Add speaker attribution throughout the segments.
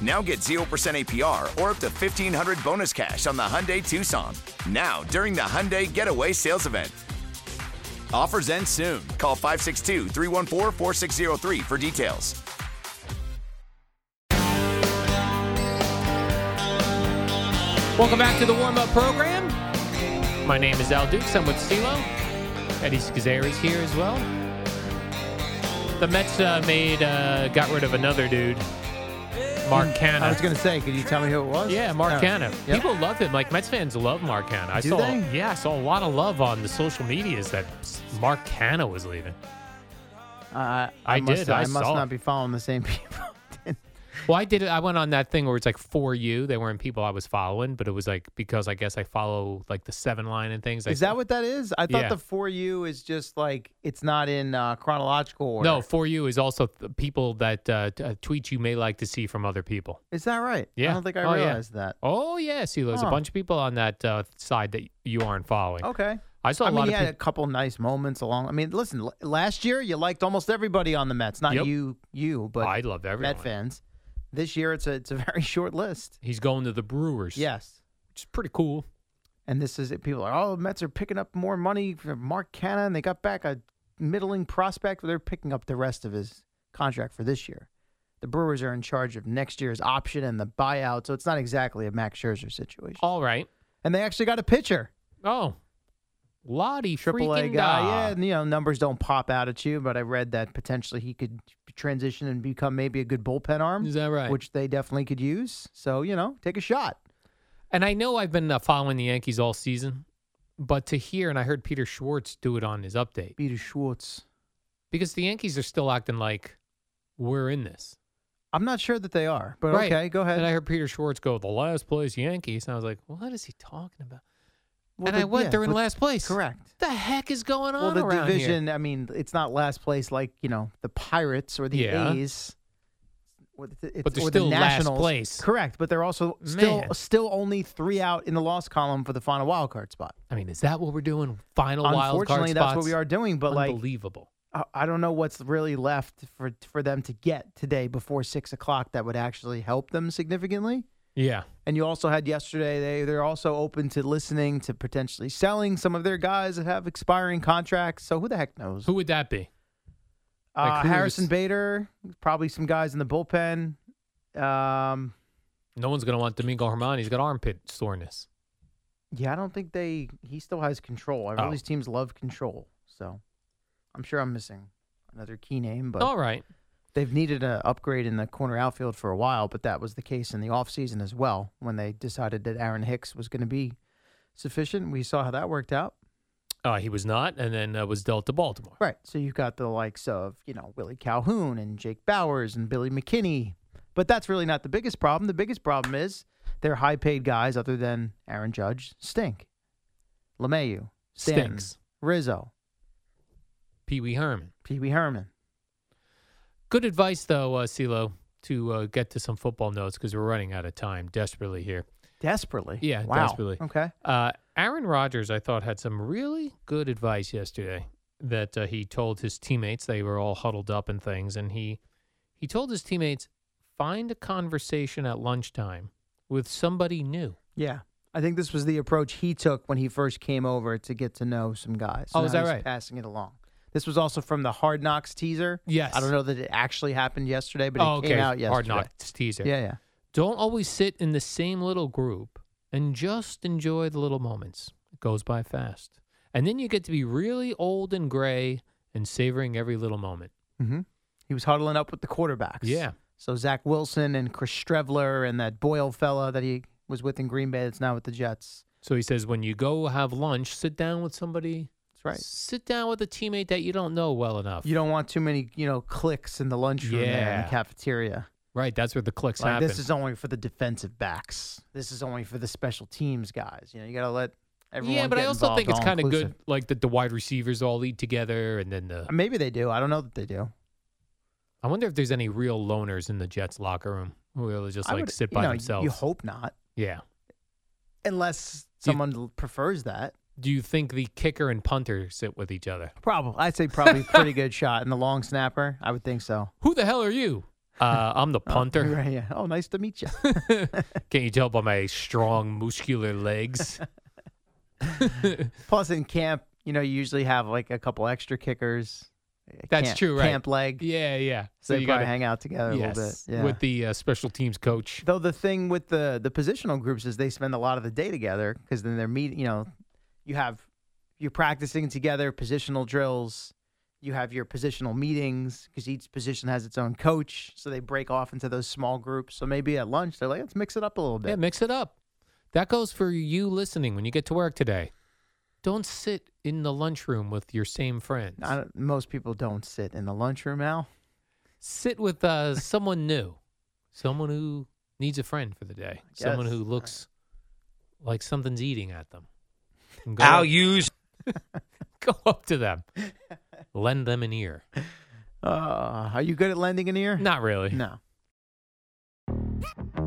Speaker 1: Now get 0% APR or up to 1500 bonus cash on the Hyundai Tucson. Now, during the Hyundai Getaway Sales Event. Offers end soon. Call 562 314 4603 for details.
Speaker 2: Welcome back to the warm up program. My name is Al Dukes. I'm with CeeLo. Eddie Scazzeri's here as well. The Mets uh, made uh, got rid of another dude, Mark Canna.
Speaker 3: I was going to say, could you tell me who it was? Oh,
Speaker 2: yeah, Mark
Speaker 3: No.
Speaker 2: Hmm. Canna.
Speaker 3: Yep.
Speaker 2: People love him. Like Mets fans love Mark Canna. I
Speaker 3: Do
Speaker 2: saw,
Speaker 3: they?
Speaker 2: yeah, I saw a lot of love on the social medias that Mark Canna was leaving.
Speaker 3: Uh, I,
Speaker 2: I
Speaker 3: must,
Speaker 2: did, I
Speaker 3: I, must
Speaker 2: saw.
Speaker 3: not be following the same people.
Speaker 2: Well, I did. it. I went on that thing where it's like for you. They weren't people I was following, but it was like because I guess I follow like the seven line and things.
Speaker 3: is
Speaker 2: I,
Speaker 3: that what that is? I thought
Speaker 2: Yeah.
Speaker 3: the for you is just like it's not in uh, chronological order.
Speaker 2: No, for you is also th- people that uh, t- uh, tweets you may like to see from other people.
Speaker 3: is that right?
Speaker 2: Yeah.
Speaker 3: I don't think I
Speaker 2: Oh, yeah.
Speaker 3: realized that.
Speaker 2: Oh yeah, see, there's a
Speaker 3: Huh. Oh,
Speaker 2: bunch of people on that uh, side that you aren't following.
Speaker 3: Okay.
Speaker 2: I saw a
Speaker 3: I mean,
Speaker 2: lot
Speaker 3: you
Speaker 2: of
Speaker 3: had
Speaker 2: people.
Speaker 3: a couple nice moments along. I mean, listen, l- last year you liked almost everybody on the Mets, not
Speaker 2: Yep.
Speaker 3: you, you, but
Speaker 2: I loved everyone.
Speaker 3: Met fans. This year it's a it's a very short list.
Speaker 2: He's going to the Brewers.
Speaker 3: Yes.
Speaker 2: which is pretty cool.
Speaker 3: And this is it. People are, oh, Mets are picking up more money for Mark Canna, and they got back a middling prospect. They're picking up the rest of his contract for this year. The Brewers are in charge of next year's option and the buyout, so it's not exactly a Max Scherzer situation.
Speaker 2: All right.
Speaker 3: And they actually got a pitcher,
Speaker 2: Oh, Lottie,
Speaker 3: triple A
Speaker 2: freaking
Speaker 3: guy.
Speaker 2: da.
Speaker 3: Yeah, and, you know numbers don't pop out at you, but I read that potentially he could transition and become maybe a good bullpen arm.
Speaker 2: Is that right?
Speaker 3: Which they definitely could use. So you know, take a shot.
Speaker 2: And I know I've been uh, following the Yankees all season, but to hear and I heard Peter Schwartz do it on his update
Speaker 3: Peter Schwartz.
Speaker 2: because the Yankees are still acting like we're in this.
Speaker 3: I'm not sure that they are, but
Speaker 2: Right.
Speaker 3: okay, go ahead.
Speaker 2: And I heard Peter Schwartz go, "The last place Yankees," and I was like, "What is he talking about?"
Speaker 3: Well,
Speaker 2: and
Speaker 3: the-
Speaker 2: I went,
Speaker 3: yeah,
Speaker 2: they're in
Speaker 3: but-
Speaker 2: last place.
Speaker 3: Correct.
Speaker 2: The heck is going on
Speaker 3: Well, the
Speaker 2: around
Speaker 3: division,
Speaker 2: here?
Speaker 3: I mean, it's not last place like, you know, the Pirates or the
Speaker 2: Yeah.
Speaker 3: A's. Or the, it's,
Speaker 2: But they're
Speaker 3: or
Speaker 2: still
Speaker 3: the
Speaker 2: last
Speaker 3: Nationals.
Speaker 2: place.
Speaker 3: Correct, but they're also still
Speaker 2: Man.
Speaker 3: still only three out in the loss column for the final wild card spot.
Speaker 2: I mean, is that what we're doing? Final wild card
Speaker 3: Unfortunately,
Speaker 2: spots.
Speaker 3: that's what we are doing. But like,
Speaker 2: unbelievable.
Speaker 3: I, I don't know what's really left for for them to get today before six o'clock that would actually help them significantly.
Speaker 2: yeah,
Speaker 3: And you also had yesterday they they're also open to listening to potentially selling some of their guys that have expiring contracts. So who the heck knows?
Speaker 2: who would that be? Like,
Speaker 3: Uh,
Speaker 2: who's-
Speaker 3: Harrison Bader, probably some guys in the bullpen. Um,
Speaker 2: No one's gonna want Domingo Herman. He's got armpit soreness.
Speaker 3: yeah, I don't think they. He still has control. I know
Speaker 2: Oh.
Speaker 3: these teams love control, so I'm sure I'm missing another key name. But
Speaker 2: All right,
Speaker 3: they've needed an upgrade in the corner outfield for a while, but that was the case in the offseason as well when they decided that Aaron Hicks was going to be sufficient. We saw how that worked out.
Speaker 2: uh, he was not, and then uh, was dealt to Baltimore.
Speaker 3: Right. So you've got the likes of, you know, Willie Calhoun and Jake Bowers and Billy McKinney. But that's really not the biggest problem. The biggest problem is their high paid guys, other than Aaron Judge, stink. LeMayu, Stanton,
Speaker 2: Stinks.
Speaker 3: Rizzo.
Speaker 2: Pee Wee Herman.
Speaker 3: Pee Wee Herman.
Speaker 2: Good advice, though, uh, CeeLo, to uh, get to some football notes because we're running out of time desperately here.
Speaker 3: Desperately.
Speaker 2: Yeah,
Speaker 3: wow.
Speaker 2: desperately.
Speaker 3: Okay.
Speaker 2: Uh, Aaron Rodgers, I thought, had some really good advice yesterday that uh, he told his teammates. They were all huddled up and things, and he he told his teammates find a conversation at lunchtime with somebody new.
Speaker 3: Yeah. I think this was the approach he took when he first came over to get to know some guys.
Speaker 2: Oh, is
Speaker 3: Now
Speaker 2: that
Speaker 3: he's
Speaker 2: right?
Speaker 3: Passing it along. This was also from the Hard Knocks teaser.
Speaker 2: Yes. Oh,
Speaker 3: I don't know that it actually happened yesterday, but it came out yesterday.
Speaker 2: Hard knocks teaser.
Speaker 3: Yeah, yeah.
Speaker 2: Don't always sit in the same little group and just enjoy the little moments. It goes by fast. And then you get to be really old and gray and savoring every little moment.
Speaker 3: hmm He was huddling up with the quarterbacks.
Speaker 2: Mm-hmm. Yeah.
Speaker 3: So Zach Wilson and Chris Strevler and that Boyle fella that he was with in Green Bay that's now with the Jets.
Speaker 2: So he says when you go have lunch, sit down with somebody.
Speaker 3: That's right.
Speaker 2: Sit down with a teammate that you don't know well enough.
Speaker 3: You don't want too many, you know, clicks in the lunchroom there in
Speaker 2: Yeah.
Speaker 3: the cafeteria.
Speaker 2: right, that's where the clicks
Speaker 3: Like,
Speaker 2: happen.
Speaker 3: this is only for the defensive backs. This is only for the special teams guys. You know, you got to let everyone.
Speaker 2: yeah, but
Speaker 3: get
Speaker 2: I also
Speaker 3: involved,
Speaker 2: think it's
Speaker 3: all
Speaker 2: kind of good,
Speaker 3: inclusive. Uh,
Speaker 2: like that the wide receivers all eat together, and then the.
Speaker 3: Maybe they do. I don't know that they do.
Speaker 2: I wonder if there's any real loners in the Jets locker room who really just
Speaker 3: I
Speaker 2: like
Speaker 3: would-
Speaker 2: sit
Speaker 3: you
Speaker 2: by
Speaker 3: know,
Speaker 2: themselves.
Speaker 3: You hope not,
Speaker 2: yeah.
Speaker 3: unless
Speaker 2: Do you-
Speaker 3: someone l- prefers that.
Speaker 2: Do you think the kicker and punter sit with each other?
Speaker 3: Probably, I'd say probably pretty good shot. And the long snapper, I would think so.
Speaker 2: Who the hell are you? Uh, I'm the punter.
Speaker 3: Right, yeah. Oh, nice to meet you.
Speaker 2: Can't you tell by my strong, muscular legs?
Speaker 3: Plus, in camp, you know, you usually have like a couple extra kickers. a
Speaker 2: That's
Speaker 3: camp-
Speaker 2: true, right?
Speaker 3: Camp leg.
Speaker 2: Yeah, yeah.
Speaker 3: So, they
Speaker 2: you
Speaker 3: probably
Speaker 2: gotta-
Speaker 3: hang out together
Speaker 2: yes,
Speaker 3: a little bit. Yeah.
Speaker 2: with the uh, special teams coach.
Speaker 3: Though the thing with the the positional groups is they spend a lot of the day together because then they're meeting. You know, you have you're practicing together positional drills. You have your positional meetings because each position has its own coach, so they break off into those small groups. So maybe at lunch they're like, let's mix it up a little
Speaker 2: Yeah,
Speaker 3: bit.
Speaker 2: mix it up. That goes for you listening when you get to work today. Don't sit in the lunchroom with your same friends.
Speaker 3: I don't- most people don't sit in the lunchroom now.
Speaker 2: sit with uh, someone new, someone who needs a friend for the day, someone
Speaker 3: guess.
Speaker 2: who looks like something's eating at them. And Go
Speaker 4: I'll
Speaker 2: up-
Speaker 4: use.
Speaker 2: go up to them, lend them an ear.
Speaker 3: Uh, are you good at lending an ear?
Speaker 2: Not really.
Speaker 3: No.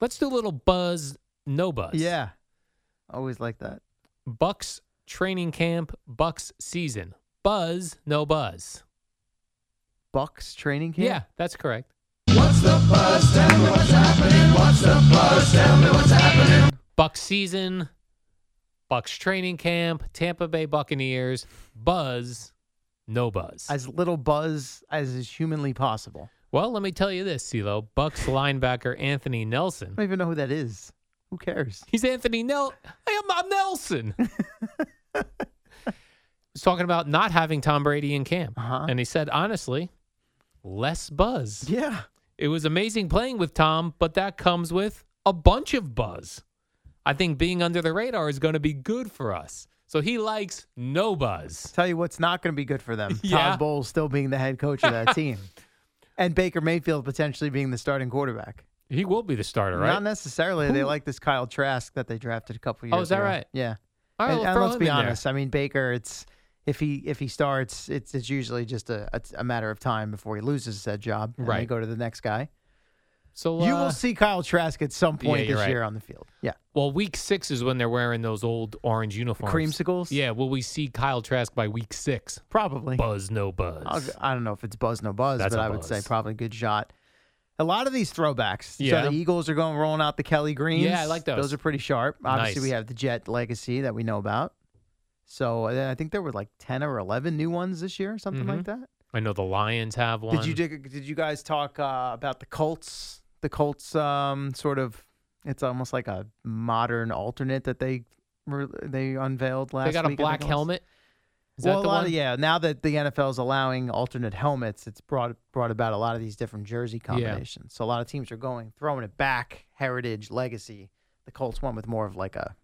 Speaker 2: Let's do a little buzz, no buzz.
Speaker 3: Yeah. Always like that.
Speaker 2: Bucks training camp, Bucks season. Buzz, no buzz.
Speaker 3: Bucks training camp.
Speaker 2: Yeah, that's correct. What's the buzz? Tell me what's happening. What's the buzz? Tell me what's happening. Bucks season, Bucks training camp, Tampa Bay Buccaneers. Buzz, no buzz.
Speaker 3: As little buzz as is humanly possible.
Speaker 2: well, let me tell you this, CeeLo. Bucks linebacker Anthony Nelson.
Speaker 3: I don't even know who that is. Who cares?
Speaker 2: He's Anthony Nel. I am I'm Nelson. He's talking about not having Tom Brady in camp,
Speaker 3: Uh-huh.
Speaker 2: and he said honestly, less buzz.
Speaker 3: Yeah.
Speaker 2: It was amazing playing with Tom, but that comes with a bunch of buzz. I think being under the radar is going to be good for us. So he likes no buzz.
Speaker 3: Tell you what's not going to be good for them.
Speaker 2: Yeah.
Speaker 3: Todd Bowles still being the head coach of that team. And Baker Mayfield potentially being the starting quarterback.
Speaker 2: He will be the starter, right?
Speaker 3: Not necessarily. They like this Kyle Trask that they drafted a couple years
Speaker 2: Oh, is that
Speaker 3: ago.
Speaker 2: right?
Speaker 3: Yeah.
Speaker 2: All right,
Speaker 3: and,
Speaker 2: we'll
Speaker 3: and
Speaker 2: throw
Speaker 3: Uh, let's
Speaker 2: him
Speaker 3: be
Speaker 2: in there.
Speaker 3: honest. I mean, Baker, it's if he if he starts, it's it's usually just a, a, a matter of time before he loses said job. And They
Speaker 2: Right.
Speaker 3: go to the next guy.
Speaker 2: So
Speaker 3: you
Speaker 2: uh,
Speaker 3: will see Kyle Trask at some point
Speaker 2: Yeah, you're
Speaker 3: this
Speaker 2: right.
Speaker 3: year on the field. Yeah.
Speaker 2: Well, week six is when they're wearing those old orange uniforms.
Speaker 3: Creamsicles?
Speaker 2: Yeah. Will we see Kyle Trask by week six?
Speaker 3: Probably.
Speaker 2: Buzz, no buzz.
Speaker 3: I'll, g- I don't know if it's buzz no buzz,
Speaker 2: That's
Speaker 3: but
Speaker 2: a
Speaker 3: I would say
Speaker 2: buzz.
Speaker 3: probably good shot. A lot of these throwbacks.
Speaker 2: Yeah.
Speaker 3: So the Eagles are going rolling out the Kelly Greens.
Speaker 2: Yeah, I like those.
Speaker 3: Those are pretty sharp. Obviously,
Speaker 2: Nice.
Speaker 3: we have the Jet legacy that we know about. So and then I think there were like ten or eleven new ones this year, something like that.
Speaker 2: I know the Lions have one.
Speaker 3: Did you dig, did you guys talk uh, about the Colts? The Colts um, sort of it's almost like a modern alternate that they re- they unveiled last.
Speaker 2: They got a
Speaker 3: week, I think
Speaker 2: black
Speaker 3: it was.
Speaker 2: helmet. Is
Speaker 3: well,
Speaker 2: that the
Speaker 3: a lot
Speaker 2: one?
Speaker 3: of yeah. Now that the NFL is allowing alternate helmets, it's brought brought about a lot of these different jersey combinations. So a lot of teams are going throwing it back, heritage, legacy. The Colts went with more of like a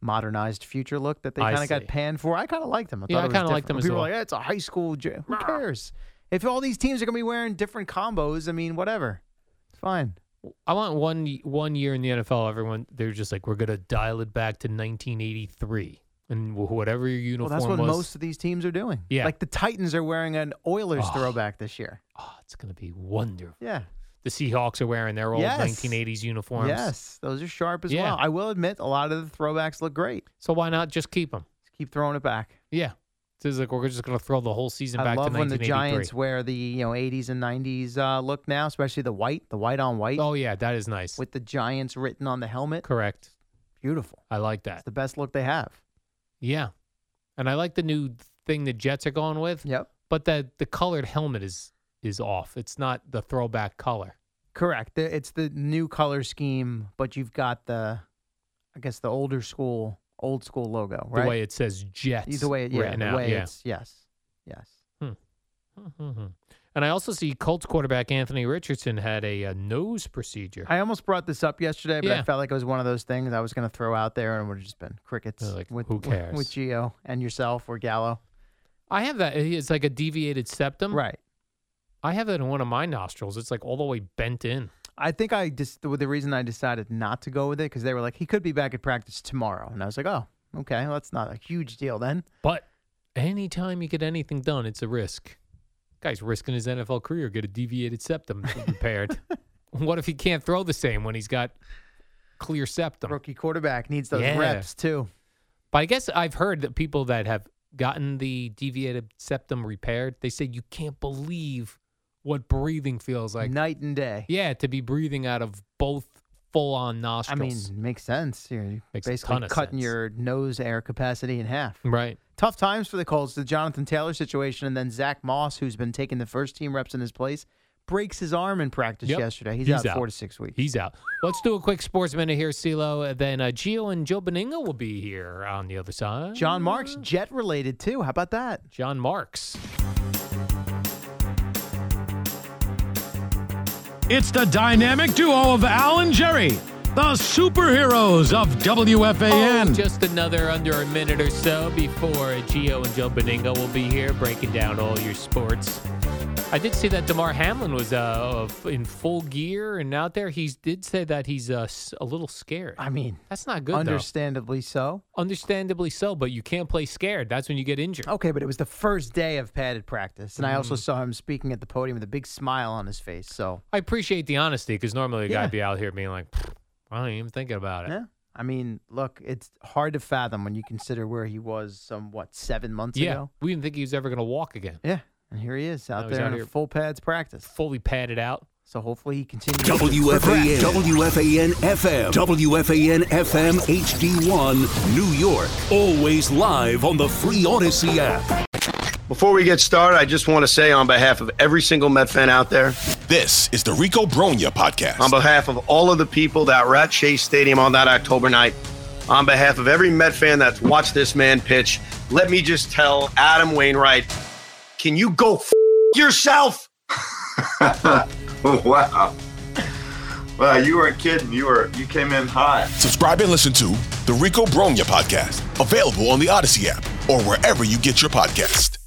Speaker 3: modernized future look that they
Speaker 2: I
Speaker 3: kind of got
Speaker 2: see.
Speaker 3: panned for. I kind of liked them. I
Speaker 2: Yeah,
Speaker 3: thought
Speaker 2: I
Speaker 3: it was
Speaker 2: kinda liked
Speaker 3: different.
Speaker 2: them as
Speaker 3: People
Speaker 2: well.
Speaker 3: were like, "Eh, it's a high school. J- Who cares? If all these teams are gonna be wearing different combos, I mean, whatever. It's fine.
Speaker 2: I want one y- one year in the NFL. Everyone they're just like we're gonna dial it back to 1983 and wh- whatever your
Speaker 3: Well,
Speaker 2: uniform
Speaker 3: that's what
Speaker 2: was.
Speaker 3: most of these teams are doing.
Speaker 2: Yeah.
Speaker 3: like the Titans are wearing an Oilers throwback this year.
Speaker 2: oh, it's gonna be wonderful.
Speaker 3: Yeah.
Speaker 2: The Seahawks are wearing their old
Speaker 3: Yes.
Speaker 2: 1980s uniforms.
Speaker 3: Yes, those are sharp as
Speaker 2: Yeah.
Speaker 3: well. I will admit, a lot of the throwbacks look great.
Speaker 2: So why not just keep them?
Speaker 3: Just keep throwing it back.
Speaker 2: Yeah. It's like we're just gonna throw the whole season
Speaker 3: I
Speaker 2: back
Speaker 3: love
Speaker 2: to
Speaker 3: when the
Speaker 2: 1983.
Speaker 3: Giants wear the you know 80s and 90s uh, look now, especially the white, the white on white
Speaker 2: oh yeah, that is nice.
Speaker 3: with the Giants written on the helmet.
Speaker 2: Correct.
Speaker 3: Beautiful.
Speaker 2: I like
Speaker 3: It's
Speaker 2: that.
Speaker 3: the best look they have.
Speaker 2: Yeah. And I like the new thing the Jets are going with.
Speaker 3: Yep.
Speaker 2: But the the colored helmet is is off. It's not the throwback color.
Speaker 3: Correct. The- It's the new color scheme, but you've got the, I guess the older school, old school logo, right?
Speaker 2: The way it says Jets.
Speaker 3: the way, yeah,
Speaker 2: written
Speaker 3: the
Speaker 2: out,
Speaker 3: way
Speaker 2: yeah.
Speaker 3: it's yes, yes.
Speaker 2: Mhm. And I also see Colts quarterback Anthony Richardson had a, uh nose procedure.
Speaker 3: I almost brought this up yesterday, but
Speaker 2: Yeah.
Speaker 3: I felt like it was one of those things I was going to throw out there, and it would have just been crickets.
Speaker 2: Uh, like,
Speaker 3: with,
Speaker 2: who
Speaker 3: with-
Speaker 2: cares?
Speaker 3: With Geo and yourself or Gallo,
Speaker 2: I have that. It's like a deviated septum.
Speaker 3: right?
Speaker 2: I have it in one of my nostrils. It's like all the way bent in.
Speaker 3: I think I just the, the reason I decided not to go with it because they were like he could be back at practice tomorrow, and I was like, oh, okay, well, that's not a huge deal then.
Speaker 2: But anytime you get anything done, it's a risk. Guy's risking his NFL career. Get a deviated septum repaired. what if he can't throw the same when he's got clear septum?
Speaker 3: Rookie quarterback needs those
Speaker 2: Yeah.
Speaker 3: reps too.
Speaker 2: But I guess I've heard that people that have gotten the deviated septum repaired, they say you can't believe what breathing feels like.
Speaker 3: night and day.
Speaker 2: Yeah, to be breathing out of both full on
Speaker 3: I mean,
Speaker 2: nostrils.
Speaker 3: makes sense. You're
Speaker 2: Makes a ton
Speaker 3: basically
Speaker 2: of
Speaker 3: cutting
Speaker 2: sense.
Speaker 3: your nose air capacity in half.
Speaker 2: right.
Speaker 3: tough times for the Colts. The Jonathan Taylor situation, and then Zach Moss, who's been taking the first team reps in his place, breaks his arm in practice
Speaker 2: Yep.
Speaker 3: yesterday. He's, out, four to six weeks.
Speaker 2: He's out. Let's do a quick sports minute here, CeeLo. Then uh, Gio and Joe Beninga will be here on the other side.
Speaker 3: John Marks, jet related too. How about that?
Speaker 2: John Marks.
Speaker 5: It's the dynamic duo of Al and Jerry, the superheroes of WFAN.
Speaker 2: Oh, just another under a minute or so before Gio and Joe Beninga will be here breaking down all your sports. I did see that DeMar Hamlin was uh, f- in full gear and out there. He did say that he's uh, s- a little scared.
Speaker 3: I mean,
Speaker 2: That's not good, though.
Speaker 3: understandably so.
Speaker 2: Understandably so, but you can't play scared. That's when you get injured.
Speaker 3: Okay, but it was the first day of padded practice, and I also
Speaker 2: Mm-hmm.
Speaker 3: saw him speaking at the podium with a big smile on his face. So,
Speaker 2: I appreciate the honesty because normally a
Speaker 3: Yeah.
Speaker 2: guy'd be out here being like, I don't even think about it.
Speaker 3: yeah. I mean, look, it's hard to fathom when you consider where he was some what seven months
Speaker 2: Yeah,
Speaker 3: ago.
Speaker 2: we didn't think he was ever going to walk again.
Speaker 3: Yeah, and here he is out
Speaker 2: Now he's
Speaker 3: there
Speaker 2: out
Speaker 3: in
Speaker 2: here.
Speaker 3: a full pads practice.
Speaker 2: Fully padded out.
Speaker 3: So hopefully he continues. to
Speaker 6: WFAN,
Speaker 3: progress.
Speaker 6: WFAN FM, WFAN FM HD1, New York. Always live on the free Odyssey app.
Speaker 7: Before we get started, I just want to say on behalf of every single Met fan out there,
Speaker 8: This is the Rico Bronya podcast.
Speaker 7: on behalf of all of the people that were at Chase Stadium on that October night, on behalf of every Met fan that's watched this man pitch, let me just tell Adam Wainwright, can you go f- yourself?
Speaker 9: wow. Wow, you weren't kidding. You were you came in hot.
Speaker 8: Subscribe and listen to the Rico Bronya podcast, available on the Odyssey app or wherever you get your podcast.